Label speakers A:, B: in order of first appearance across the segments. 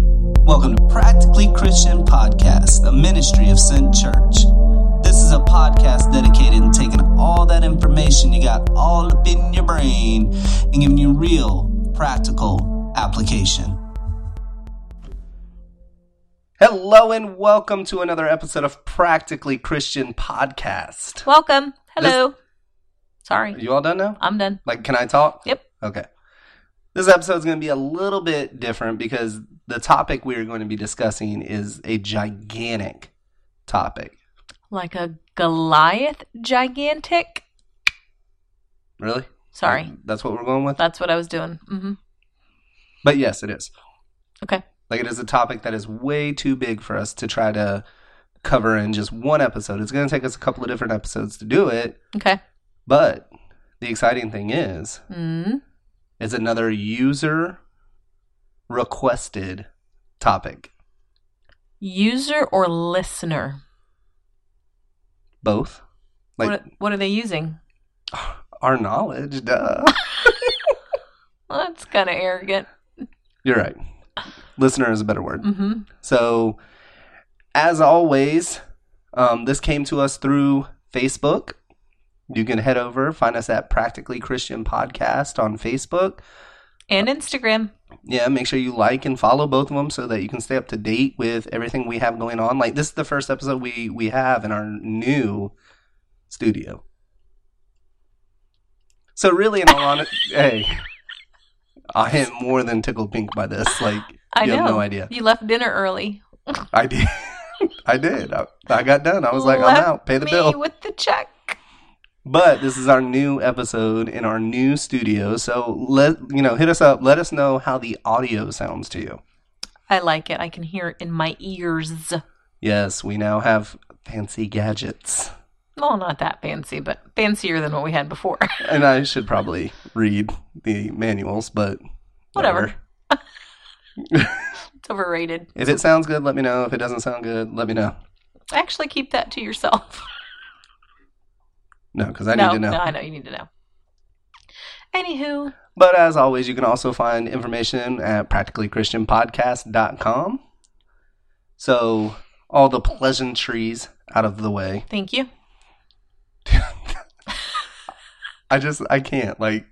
A: Welcome to Practically Christian Podcast, the ministry of Sin Church. This is a podcast dedicated to taking all that information you got all up in your brain and giving you real, practical application. Hello, and welcome to another episode of Practically Christian Podcast.
B: Welcome. Hello. Sorry.
A: You all done now?
B: I'm done.
A: Like, can I talk?
B: Yep.
A: Okay. This episode is going to be a little bit different because the topic we are going to be discussing is a gigantic topic.
B: Like a Goliath gigantic.
A: Really?
B: Sorry.
A: That's what we're going with?
B: That's what I was doing. hmm
A: But yes, it is.
B: Okay.
A: Like, it is a topic that is way too big for us to try to cover in just one episode. It's going to take us a couple of different episodes to do it.
B: Okay.
A: But the exciting thing is,
B: mm
A: is another user requested topic.
B: User or listener?
A: Both. Like,
B: what, what are they using?
A: our knowledge, duh.
B: That's kind of arrogant.
A: You're right. Listener is a better word.
B: hmm
A: So, as always, um, this came to us through Facebook. You can head over, find us at Practically Christian Podcast on Facebook.
B: And Instagram.
A: Yeah, make sure you like and follow both of them so that you can stay up to date with everything we have going on. Like this is the first episode we we have in our new studio. So really, in all honesty, hey, I am more than tickled pink by this. Like
B: I
A: you
B: know.
A: have no idea.
B: You left dinner early.
A: I did. I did. I, I got done. I was like, I'm
B: Left
A: out. Pay the
B: Me
A: bill.
B: with the check.
A: But this is our new episode in our new studio. So let you know, hit us up. Let us know how the audio sounds to you.
B: I like it. I can hear it in my ears.
A: Yes, we now have fancy gadgets.
B: Well, not that fancy, but fancier than what we had before.
A: And I should probably read the manuals, but
B: Whatever. it's overrated.
A: If it sounds good, let me know. If it doesn't sound good, let me know.
B: Actually, keep that to yourself.
A: No, because I
B: no,
A: need to know.
B: No, I know you need to know. Anywho,
A: But as always, you can also find information at practicallychristianpodcast.com. So, all the pleasantries out of the way.
B: thank you.
A: I just, I can't. Like,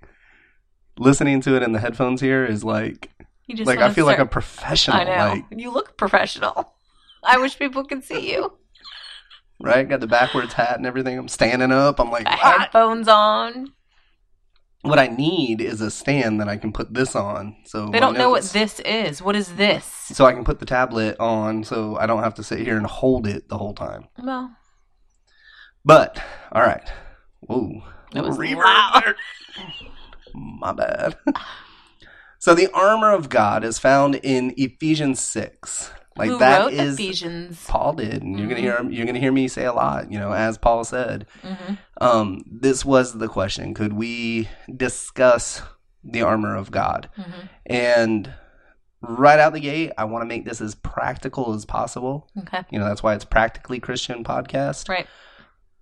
A: listening to it in the headphones here is like,
B: You just
A: like I
B: wanna
A: feel like a
B: start-
A: professional.
B: I know
A: Like,
B: you look professional. I wish people could see you.
A: right? Got the backwards hat and everything. I'm standing up. I'm like,
B: Got
A: "Ah!"
B: headphones on.
A: what I need is a stand that I can put this on. So
B: They
A: my
B: don't know what
A: notes-
B: this is. What is this?
A: So I can put the tablet on, so I don't have to sit here and hold it the whole time.
B: Well,
A: But all right. Whoa.
B: That was
A: Reverb
B: loud.
A: alert. My bad. so the armor of God is found in Ephesians six. Like
B: who
A: that
B: wrote
A: is
B: Ephesians? Mm-hmm.
A: Paul did, and you're gonna hear you're gonna hear me say a lot. You know, as Paul said,
B: hmm
A: um, this was the question: Could we discuss the armor of God?
B: hmm
A: And right out the gate, I want to make this as practical as possible.
B: Okay,
A: You know, that's why it's practically Christian podcast
B: right.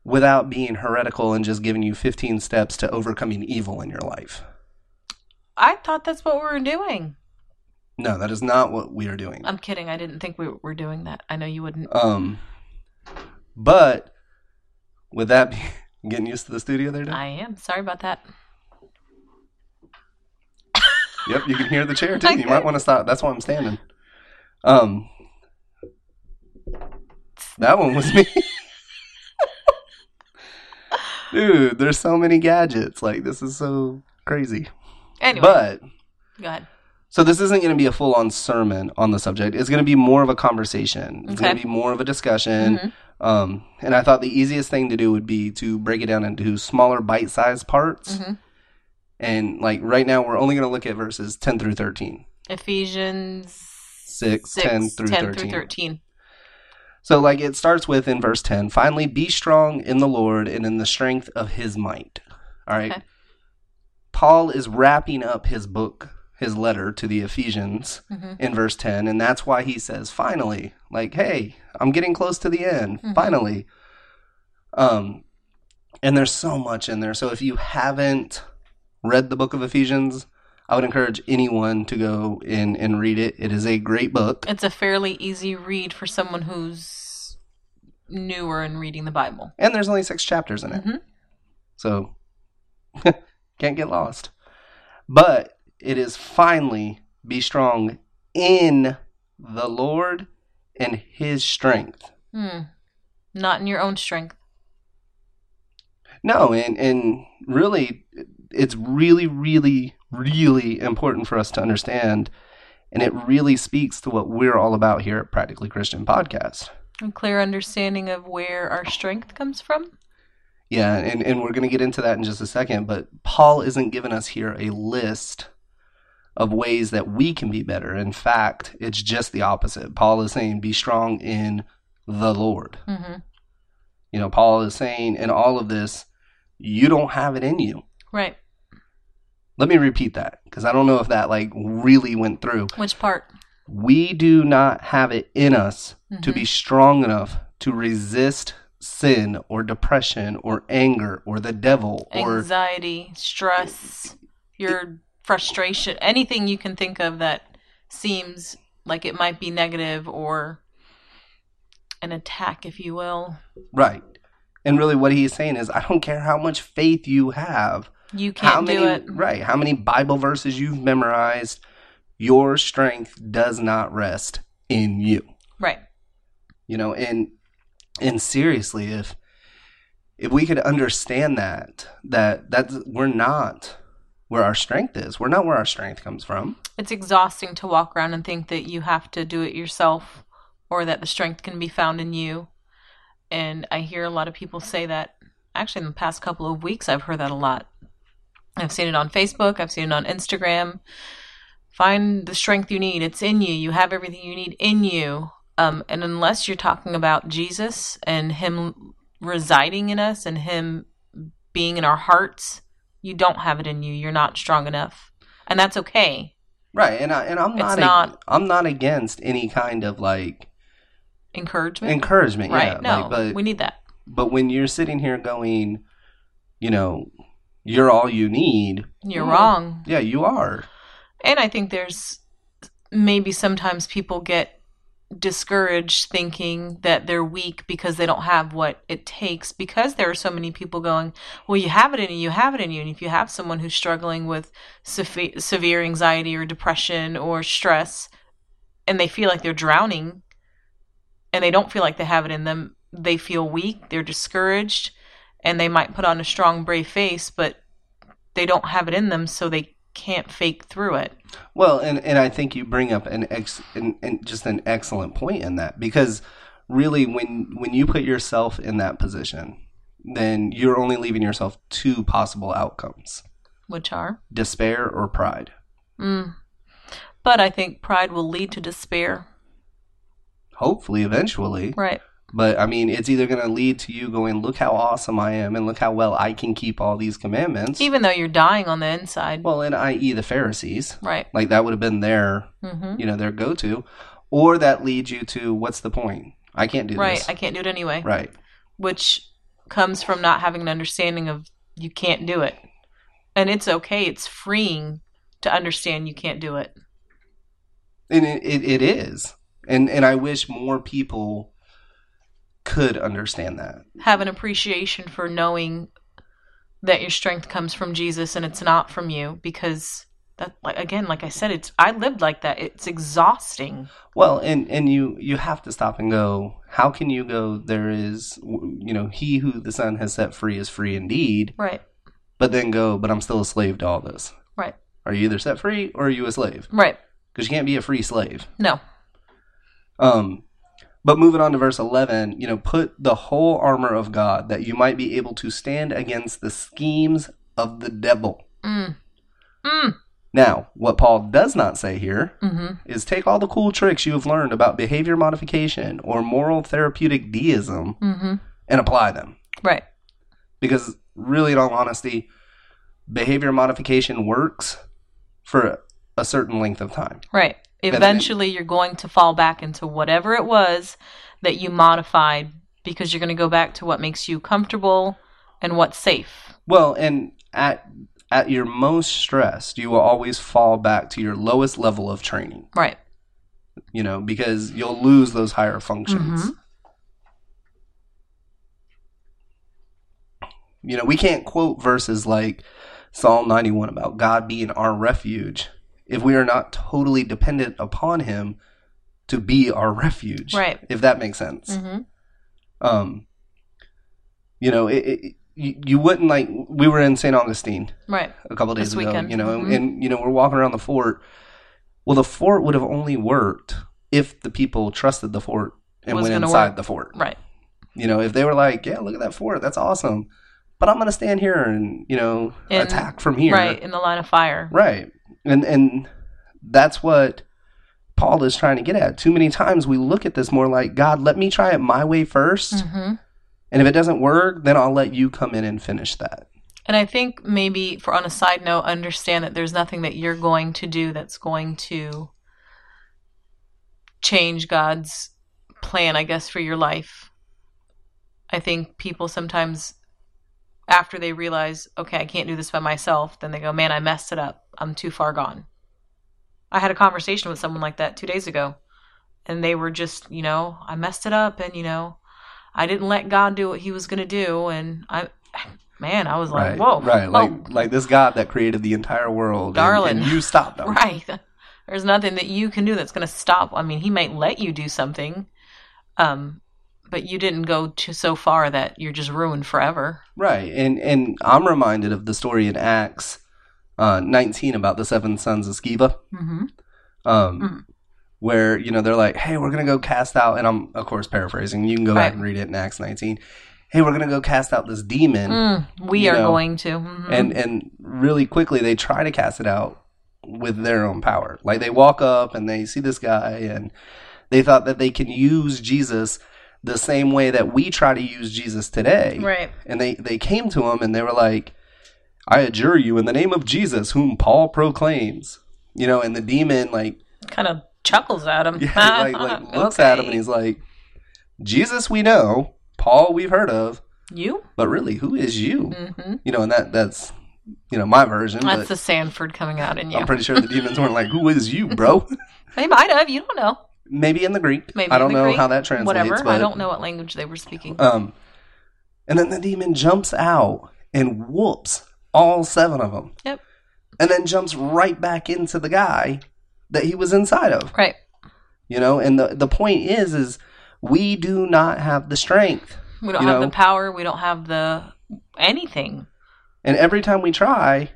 A: without being heretical and just giving you 15 steps to overcoming evil in your life.
B: I thought that's what we were doing.
A: No, that is not what we are doing.
B: I'm kidding. I didn't think we were doing that. I know you wouldn't.
A: Um, but with that, be, getting used to the studio there, Dan?
B: I am sorry about that.
A: Yep, you can hear the chair too. You
B: Okay.
A: might want to stop. That's why I'm standing. Um, that one was me. Dude, there's so many gadgets. Like this is so crazy.
B: Anyway,
A: But
B: go ahead.
A: So this isn't going to be a full-on sermon on the subject. It's going to be more of a conversation. It's going to
B: Okay.
A: be more of a discussion.
B: Mhm.
A: Um, and I thought the easiest thing to do would be to break it down into smaller bite-sized parts.
B: Mhm.
A: And like right now, we're only going to look at verses ten through thirteen.
B: Ephesians
A: Six, 10 through 13.
B: 13.
A: So like it starts with in verse ten. Finally, be strong in the Lord and in the strength of His might. All right.
B: Okay.
A: Paul is wrapping up his book, his letter to the Ephesians.
B: Mhm.
A: in verse 10 and that's why he says finally like hey i'm getting close to the end
B: Mhm.
A: finally um and there's so much in there so if you haven't read the book of ephesians I would encourage anyone to go and, and read it. It is a great book.
B: It's a fairly easy read for someone who's newer in reading the Bible.
A: And there's only six chapters in it.
B: Mhm.
A: So can't get lost. But it is finally be strong in the Lord and his strength.
B: Hmm. Not in your own strength.
A: No, and and really it's really really really important for us to understand and it really speaks to what we're all about here at Practically Christian Podcast.
B: A clear understanding of where our strength comes from.
A: Yeah, and, and we're going to get into that in just a second, but Paul isn't giving us here a list of ways that we can be better. In fact, it's just the opposite. Paul is saying, be strong in the Lord.
B: hmm
A: You know, Paul is saying in all of this, you don't have it in you.
B: Right.
A: Let me repeat that because I don't know if that like really went through.
B: Which part?
A: We do not have it in us to
B: Mhm.
A: be strong enough to resist sin or depression or anger or the devil or
B: Anxiety, stress, your frustration, anything you can think of that seems like it might be negative or an attack, if you will.
A: Right. And really, what he's saying is, I don't care how much faith you have,
B: You
A: how
B: can't
A: many,
B: do it.
A: right, how many Bible verses you've memorized, your strength does not rest in you.
B: Right.
A: You know, and and seriously, if if we could understand that that that's we're not where our strength is, we're not where our strength comes from.
B: It's exhausting to walk around and think that you have to do it yourself or that the strength can be found in you. And I hear a lot of people say that. Actually, in the past couple of weeks, I've heard that a lot. I've seen it on Facebook, I've seen it on Instagram. Find the strength you need. It's in you. You have everything you need in you. Um, and unless you're talking about Jesus and Him residing in us and Him being in our hearts, you don't have it in you. You're not strong enough. And that's okay.
A: Right. And I and I'm
B: It's
A: not,
B: not-
A: I'm not against any kind of like
B: encouragement.
A: encouragement.
B: Mm. right.
A: Yeah.
B: no,
A: Like, but
B: we need that.
A: But when you're sitting here going, you know, you're all you need,
B: You're
A: Yeah.
B: wrong.
A: yeah, you are.
B: And I think there's maybe sometimes people get discouraged thinking that they're weak because they don't have what it takes because there are so many people going, well, you have it in you, you have it in you. And if you have someone who's struggling with seve- severe anxiety or depression or stress and they feel like they're drowning and they don't feel like they have it in them, they feel weak, they're discouraged, and they might put on a strong, brave face, but they don't have it in them, so they can't fake through it.
A: Well, and, and I think you bring up an ex an, an, just an excellent point in that because really when when you put yourself in that position, then you're only leaving yourself two possible outcomes,
B: which are.
A: despair or pride.
B: Mm. But I think pride will lead to despair.
A: Hopefully eventually,
B: Right.
A: but I mean it's either going to lead to you going look how awesome I am and look how well I can keep all these commandments.
B: Even though you're dying on the inside.
A: well, and i.e. the Pharisees.
B: right.
A: Like that would have been their
B: hmm
A: you know their go-to or that leads you to what's the point i can't do
B: Right.
A: this
B: I can't do it anyway.
A: right
B: Which comes from not having an understanding of you can't do it. And it's okay. It's freeing to understand you can't do it.
A: and it, it, it is and and i wish more people could understand that
B: Have an appreciation for knowing that your strength comes from Jesus and it's not from you because that like again like I said it's I lived like that it's exhausting
A: well and and you you have to stop and go how can you go there is you know he who the son has set free is free indeed
B: right
A: but then go but i'm still a slave to all this
B: Right.
A: are you either set free or are you a slave
B: right
A: because you can't be a free slave
B: no
A: Um, but moving on to verse 11, you know, put the whole armor of God that you might be able to stand against the schemes of the devil.
B: Mm. Mm.
A: Now, what Paul does not say here
B: Mm-hmm.
A: is take all the cool tricks you have learned about behavior modification or moral therapeutic deism
B: Mm-hmm.
A: and apply them.
B: Right.
A: Because, really, in all honesty, behavior modification works for a certain length of time.
B: Right.
A: then-
B: Eventually, you're going to fall back into whatever it was that you modified because you're going to go back to what makes you comfortable and what's safe.
A: Well, and at at your most stressed, you will always fall back to your lowest level of training,
B: Right.
A: you know, because you'll lose those higher functions.
B: Mhm.
A: You know, we can't quote verses like Psalm 91 about God being our refuge if we are not totally dependent upon Him to be our refuge.
B: Right.
A: If that makes sense
B: Mm-hmm.
A: um you know it, it you, you wouldn't like we were in st augustine
B: Right.
A: a couple days
B: This
A: ago
B: weekend.
A: you know and,
B: Mhm.
A: and you know we're walking around the fort well the fort would have only worked if the people trusted the fort and
B: Was
A: went
B: gonna
A: inside
B: work.
A: the fort
B: Right.
A: you know if they were like yeah look at that fort that's awesome but i'm gonna stand here and you know
B: And-
A: attack from here
B: Right. In the line of fire.
A: Right. And and that's what Paul is trying to get at. Too many times we look at this more like, God, let me try it my way 1st
B: Mm-hmm.
A: And if it doesn't work, then I'll let you come in and finish that.
B: And I think maybe for on a side note, understand that there's nothing that you're going to do that's going to change God's plan, I guess, for your life. I think people sometimes after they realize, okay, I can't do this by myself, then they go, Man, I messed it up. I'm too far gone. I had a conversation with someone like that two days ago, and they were just, you know, I messed it up and you know, I didn't let God do what he was gonna do and I man, I was like,
A: Right.
B: Whoa, Oh,
A: Right. Like
B: whoa,
A: like this God that created the entire world. and-
B: Darling.
A: And, you stopped him.
B: Right. There's nothing that you can do that's going to stop. I mean, he might let you do something, um, but you didn't go to so far that you're just ruined forever.
A: Right. And and I'm reminded of the story in Acts uh, 19 about the seven sons of Sceva.
B: Mm-hmm.
A: um,
B: Mhm.
A: where you know they're like, "Hey, we're gonna go cast out," and I'm of course paraphrasing. You can go
B: Right.
A: back and read it in Acts 19. Hey, we're gonna go cast out this demon,
B: Mm, we
A: You
B: are
A: know,
B: going to. Mhm.
A: and and really quickly they try to cast it out with their own power. Like they walk up and they see this guy, and they thought that they can use Jesus the same way that we try to use Jesus today.
B: right.
A: And they they came to him and they were like, "I adjure you in the name of Jesus, whom Paul proclaims." You know, and the demon like
B: Kind of chuckles at him.
A: yeah, he, like, like looks at him and
B: Okay.
A: he's like, Jesus, we know, Paul, we've heard of,
B: You?
A: but really, who is you?
B: hmm
A: You know, and that that's you know my version.
B: That's
A: but
B: the Sanford coming out in
A: I'm
B: you.
A: pretty sure the demons weren't like, "Who is you, bro?"
B: They might have. You don't know.
A: Maybe in the Greek.
B: Maybe
A: I
B: in
A: don't
B: the
A: know
B: Greek,
A: how that translates.
B: Whatever.
A: But,
B: I don't know what language they were speaking.
A: Um, and then the demon jumps out and whoops all seven of them.
B: Yep.
A: And then jumps right back into the guy that he was inside of.
B: right.
A: You know, and the the point is, is we do not have the strength
B: We don't
A: you
B: have
A: know-
B: the power. We don't have the anything.
A: And every time we try,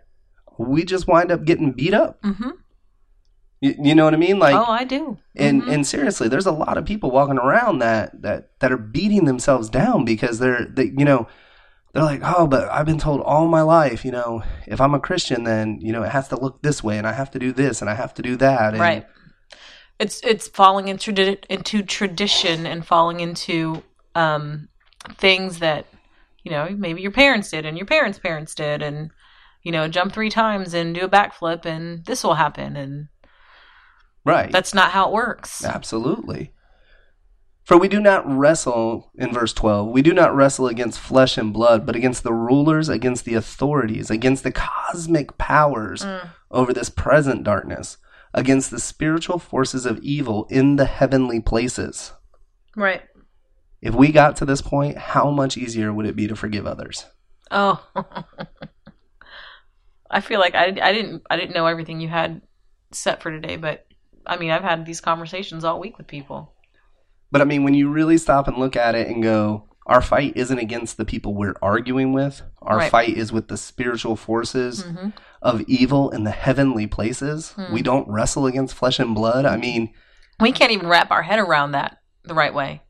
A: we just wind up getting beat up.
B: hmm
A: You, you know what I mean? Like,
B: oh, I do.
A: and
B: Mhm.
A: and seriously, there's a lot of people walking around that that that are beating themselves down because they're they you know they're like, oh, but I've been told all my life, you know, if I'm a Christian, then you know it has to look this way, and I have to do this, and I have to do that, and,
B: right it's it's falling into tradi- into tradition and falling into um things that you know maybe your parents did and your parents parents did and you know jump three times and do a backflip and this will happen and
A: right,
B: that's not how it works
A: absolutely. For we do not wrestle in verse 12. We do not wrestle against flesh and blood, but against the rulers, against the authorities, against the cosmic powers
B: Mm.
A: over this present darkness, against the spiritual forces of evil in the heavenly places.
B: right
A: If we got to this point, how much easier would it be to forgive others?
B: oh i feel like I, I didn't i didn't know everything you had set for today but i mean i've had these conversations all week with people
A: But I mean, when you really stop and look at it and go, our fight isn't against the people we're arguing with. Our
B: Right.
A: fight is with the spiritual forces
B: hmm
A: of evil in the heavenly places.
B: Hmm.
A: We don't wrestle against flesh and blood. I mean,
B: we can't even wrap our head around that the right way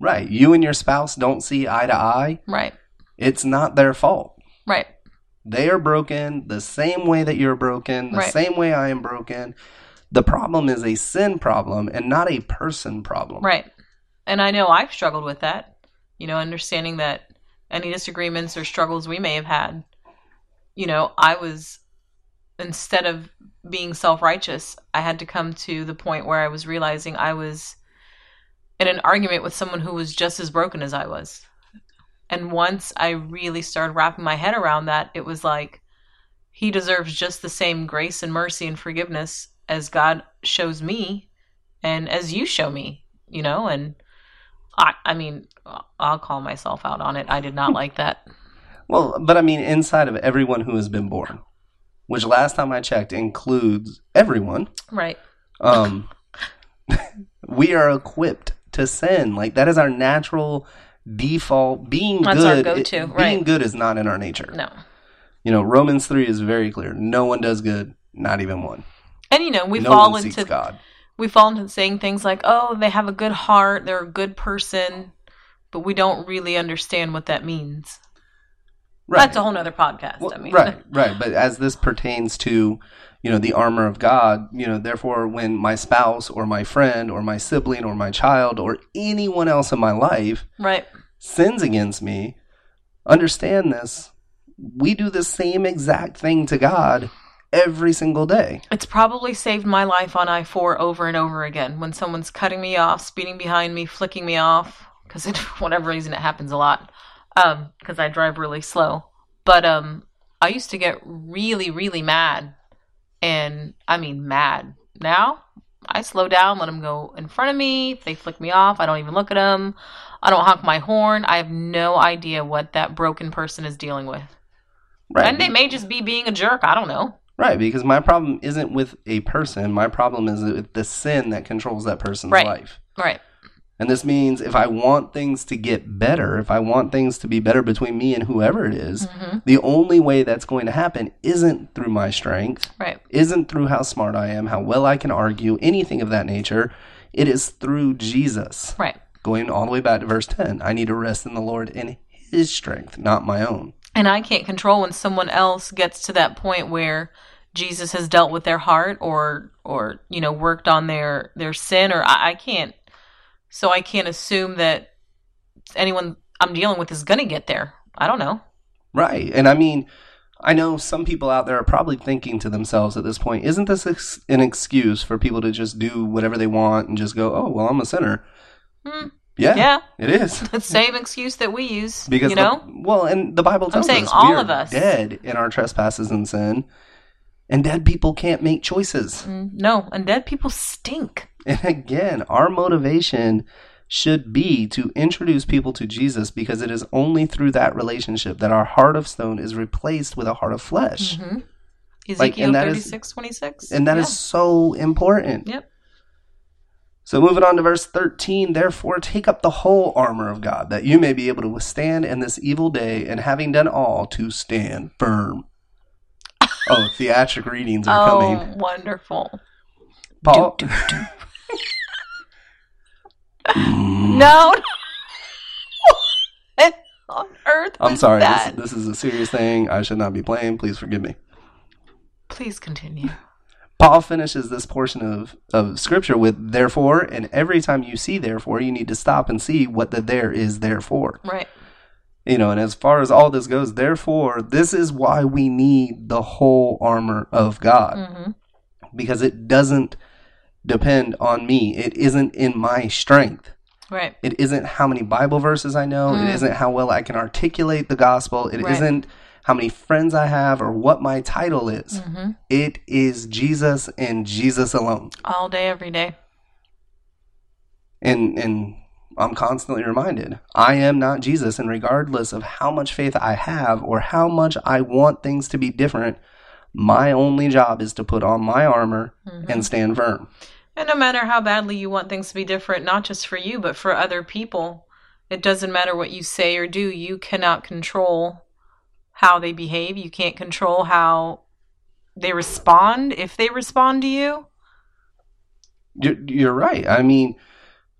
A: right, you and your spouse don't see eye to eye.
B: right
A: It's not their fault.
B: right
A: They are broken the same way that you're broken, the
B: Right.
A: same way I am broken. The problem is a sin problem and not a person problem.
B: Right. And I know I've struggled with that, you know, understanding that any disagreements or struggles we may have had, you know, I was, instead of being self righteous, I had to come to the point where I was realizing I was in an argument with someone who was just as broken as I was. And once I really started wrapping my head around that, it was like, He deserves just the same grace and mercy and forgiveness as God shows me and as you show me, you know, and I I mean, I'll call myself out on it. I did not like that.
A: Well, but I mean, inside of everyone who has been born, which last time I checked includes everyone,
B: Right.
A: um, we are equipped to sin. Like that is our natural default. Being
B: That's our
A: good,
B: go-to,
A: being
B: right.
A: good is not in our nature.
B: No.
A: You know, Romans three is very clear. No one does good, not even one.
B: And you know, we
A: no
B: fall
A: one seeks
B: into
A: God.
B: we fall into saying things like, "Oh, they have a good heart, they're a good person," but we don't really understand what that means. That's a whole nother podcast.
A: Well,
B: I mean,
A: right, right. But as this pertains to, you know, the armor of God, you know, therefore, when my spouse or my friend or my sibling or my child or anyone else in my life
B: right,
A: sins against me, understand this. We do the same exact thing to God every single day.
B: It's probably saved my life on I 4 over and over again when someone's cutting me off, speeding behind me, flicking me off, because for whatever reason it happens a lot, because I drive really slow. But um, I used to get really, really mad. And I mean, mad. Now I slow down, let them go in front of me. If they flick me off, I don't even look at them. I don't honk my horn. I have no idea what that broken person is dealing with.
A: Right.
B: And they may just be being a jerk. I don't know.
A: right. Because my problem isn't with a person, my problem is with the sin that controls that person's
B: Right.
A: life.
B: Right.
A: And this means if I want things to get better, if I want things to be better between me and whoever it is,
B: hmm
A: the only way that's going to happen isn't through my strength,
B: Right.
A: isn't through how smart I am, how well I can argue, anything of that nature. It is through Jesus.
B: Right.
A: Going all the way back to verse 10, I need to rest in the Lord in his strength, not my own.
B: And I can't control when someone else gets to that point where Jesus has dealt with their heart or or you know worked on their their sin or I, I can't so I can't assume that anyone I'm dealing with is gonna get there. I don't know.
A: Right. And I mean, I know some people out there are probably thinking to themselves at this point, isn't this ex- an excuse for people to just do whatever they want and just go, oh, well, I'm a sinner?
B: Hmm.
A: Yeah,
B: Yeah,
A: it is.
B: the same excuse that we use.
A: Because
B: you know,
A: the, well, and the Bible tells
B: saying
A: us
B: all
A: we are
B: of us.
A: dead in our trespasses and sin, and dead people can't make choices.
B: Mm, no, and dead people stink.
A: And again, our motivation should be to introduce people to Jesus because it is only through that relationship that our heart of stone is replaced with a heart of flesh.
B: hmm
A: Mm-hmm. Like,
B: Ezekiel
A: and that
B: thirty
A: is-
B: six twenty six,
A: And that is so important.
B: Yep.
A: So moving on to verse 13, therefore take up the whole armor of God that you may be able to withstand in this evil day and having done all to stand firm. oh, theatric readings are
B: oh
A: coming.
B: wonderful.
A: Paul Mm.
B: No. What on earth?
A: I'm
B: was
A: sorry.
B: That?
A: This, this is a serious thing. I should not be playing. Please forgive me.
B: Please continue.
A: Paul finishes this portion of, of scripture with therefore, and every time you see therefore, you need to stop and see what the there is there for.
B: Right.
A: You know, and as far as all this goes, therefore, this is why we need the whole armor of God
B: hmm
A: because it doesn't depend on me. It isn't in my strength.
B: Right.
A: It isn't how many Bible verses I know.
B: Mm.
A: It isn't how well I can articulate the gospel. It
B: Right.
A: not how many friends I have or what my title is.
B: hmm
A: It is Jesus and Jesus alone.
B: All day, every day.
A: And and I'm constantly reminded I am not Jesus, and regardless of how much faith I have or how much I want things to be different, my only job is to put on my armor
B: Mhm.
A: and stand firm.
B: And no matter how badly you want things to be different, not just for you, but for other people, it doesn't matter what you say or do. You cannot control how they behave. You can't control how they respond, if they respond to you.
A: You're, you're right. I mean,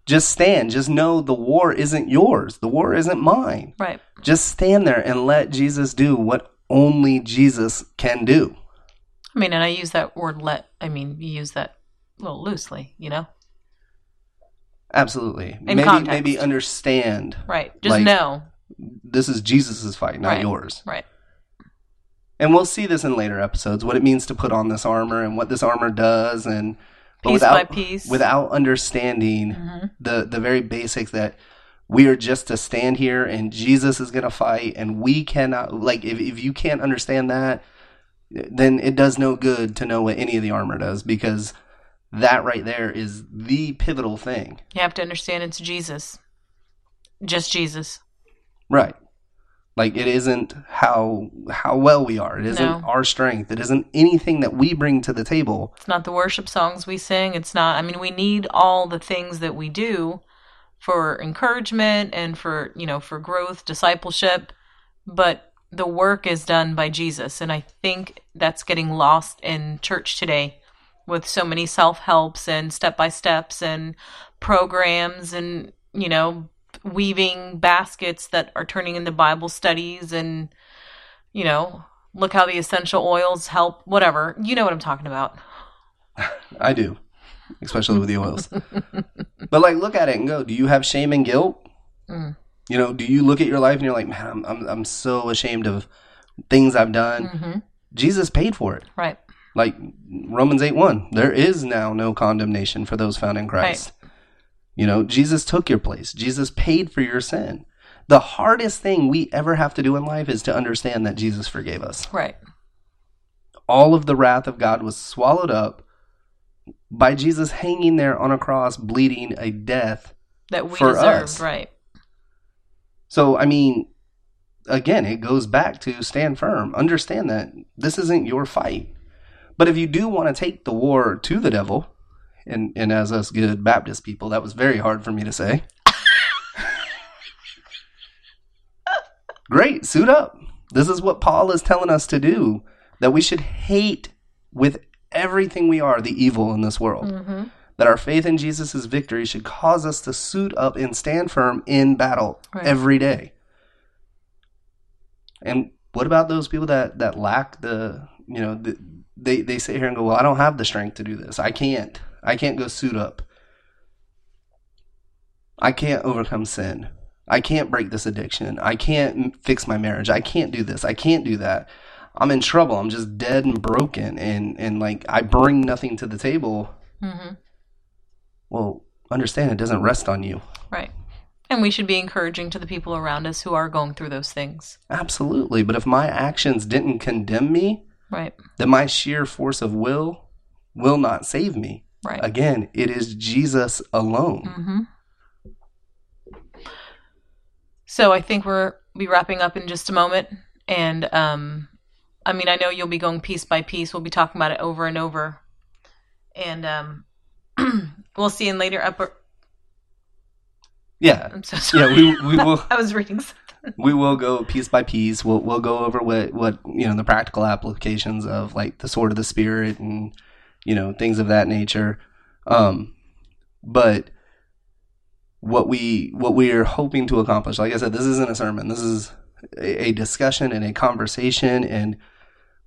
A: just stand. Just know the war isn't yours. The war isn't mine.
B: Right.
A: Just stand there and let Jesus do what only Jesus can do.
B: I mean, and I use that word let, I mean, you use that a little loosely, you know?
A: Absolutely.
B: In
A: maybe
B: context.
A: maybe understand
B: Right. Just
A: Like-
B: know.
A: this is Jesus's fight, not
B: Right.
A: yours.
B: Right.
A: And we'll see this in later episodes what it means to put on this armor and what this armor does and but
B: Piece
A: without
B: by piece.
A: without understanding
B: Mhm.
A: the the very basics that we are just to stand here and Jesus is going to fight and we cannot like if if you can't understand that then it does no good to know what any of the armor does because that right there is the pivotal thing.
B: You have to understand it's Jesus. Just Jesus.
A: Right. Like it isn't how how well we are. It isn't
B: No.
A: our strength. It isn't anything that we bring to the table.
B: It's not the worship songs we sing. It's not, I mean, we need all the things that we do for encouragement and for, you know, for growth, discipleship. But the work is done by Jesus. And I think that's getting lost in church today with so many self helps and step by steps and programs and, you know, weaving baskets that are turning into Bible studies and, you know, look how the essential oils help, whatever. You know what I'm talking about.
A: I do. Especially with the oils. but like look at it and go, do you have shame and guilt?
B: Mm.
A: You know, do you look at your life and you're like, man, I'm I'm, I'm so ashamed of things I've done.
B: hmm
A: Jesus paid for it.
B: Right.
A: like Romans 8 1, there is now no condemnation for those found in Christ. You know, Jesus took your place, Jesus paid for your sin. The hardest thing we ever have to do in life is to understand that Jesus forgave us.
B: Right.
A: All of the wrath of God was swallowed up by Jesus hanging there on a cross, bleeding a death.
B: That we
A: For
B: deserve.
A: us.
B: Right.
A: So, I mean, again, it goes back to stand firm. Understand that this isn't your fight. But if you do want to take the war to the devil, and, and as us good Baptist people, that was very hard for me to say. Great, suit up. This is what Paul is telling us to do that we should hate with everything we are the evil in this world.
B: hmm
A: That our faith in Jesus' victory should cause us to suit up and stand firm in battle
B: Right.
A: every day. And what about those people that that lack the you know the, they they sit here and go, well, I don't have the strength to do this. I can't. I can't go suit up. I can't overcome sin. I can't break this addiction. I can't m- fix my marriage. I can't do this. I can't do that. I'm in trouble. I'm just dead and broken and and like I bring nothing to the table.
B: hmm
A: Well, understand it doesn't rest on you.
B: Right. And we should be encouraging to the people around us who are going through those things.
A: Absolutely. But if my actions didn't condemn me,
B: Right.
A: then my sheer force of will will not save me.
B: Right.
A: Again, it is Jesus alone.
B: hmm So I think we're be wrapping up in just a moment, and um, I mean I know you'll be going piece by piece. We'll be talking about it over and over, and um, we'll see in later upper.
A: Yeah.
B: I'm so sorry.
A: Yeah, we, we will
B: I was reading. some-
A: we will go piece by piece. We'll we'll go over what what you know the practical applications of like the sword of the spirit and you know things of that nature. Um, but what we what we are hoping to accomplish, like I said, this isn't a sermon. This is a, a discussion and a conversation and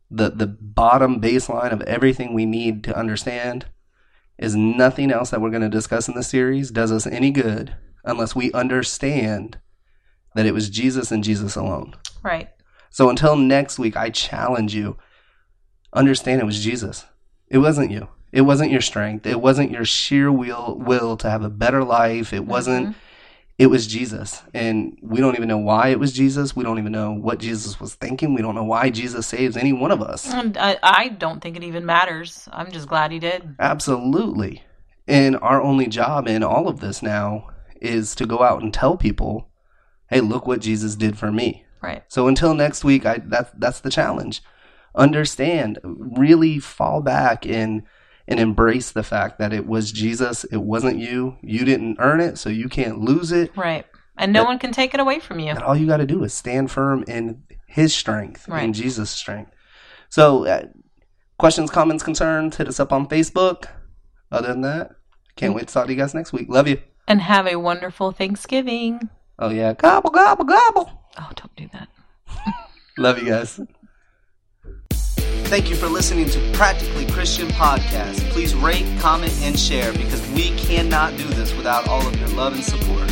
A: the the bottom baseline of everything we need to understand is nothing else that we're going to discuss in this series does us any good unless we understand that it was Jesus and Jesus alone.
B: Right.
A: So until next week, I challenge you understand it was Jesus. It wasn't you. It wasn't your strength. It wasn't your sheer will will to have a better life. It wasn't it was Jesus. And we don't even know why it was Jesus. We don't even know what Jesus was thinking. We don't know why Jesus saves any one of us.
B: And I, I don't think it even matters. I'm just glad he did.
A: Absolutely. And our only job in all of this now is to go out and tell people, "Hey, look what Jesus did for me."
B: Right.
A: So until next week, I that's that's the challenge. Understand, really fall back and and embrace the fact that it was Jesus. It wasn't you. You didn't earn it, so you can't lose it.
B: Right. And no
A: That-
B: one can take it away from you.
A: And all you got to do is stand firm in His strength, in
B: Right.
A: Jesus' strength. So, uh, questions, comments, concerns, hit us up on Facebook. Other than that, can't wait to talk to you guys next week. Love you.
B: And have a wonderful Thanksgiving.
A: Oh yeah, gobble gobble gobble.
B: Oh, don't do that.
A: Love you guys.
C: Thank you for listening to Practically Christian Podcast. Please rate, comment, and share because we cannot do this without all of your love and support.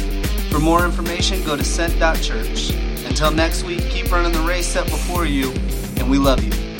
C: For more information, go to scent.church. Until next week, keep running the race set before you, and we love you.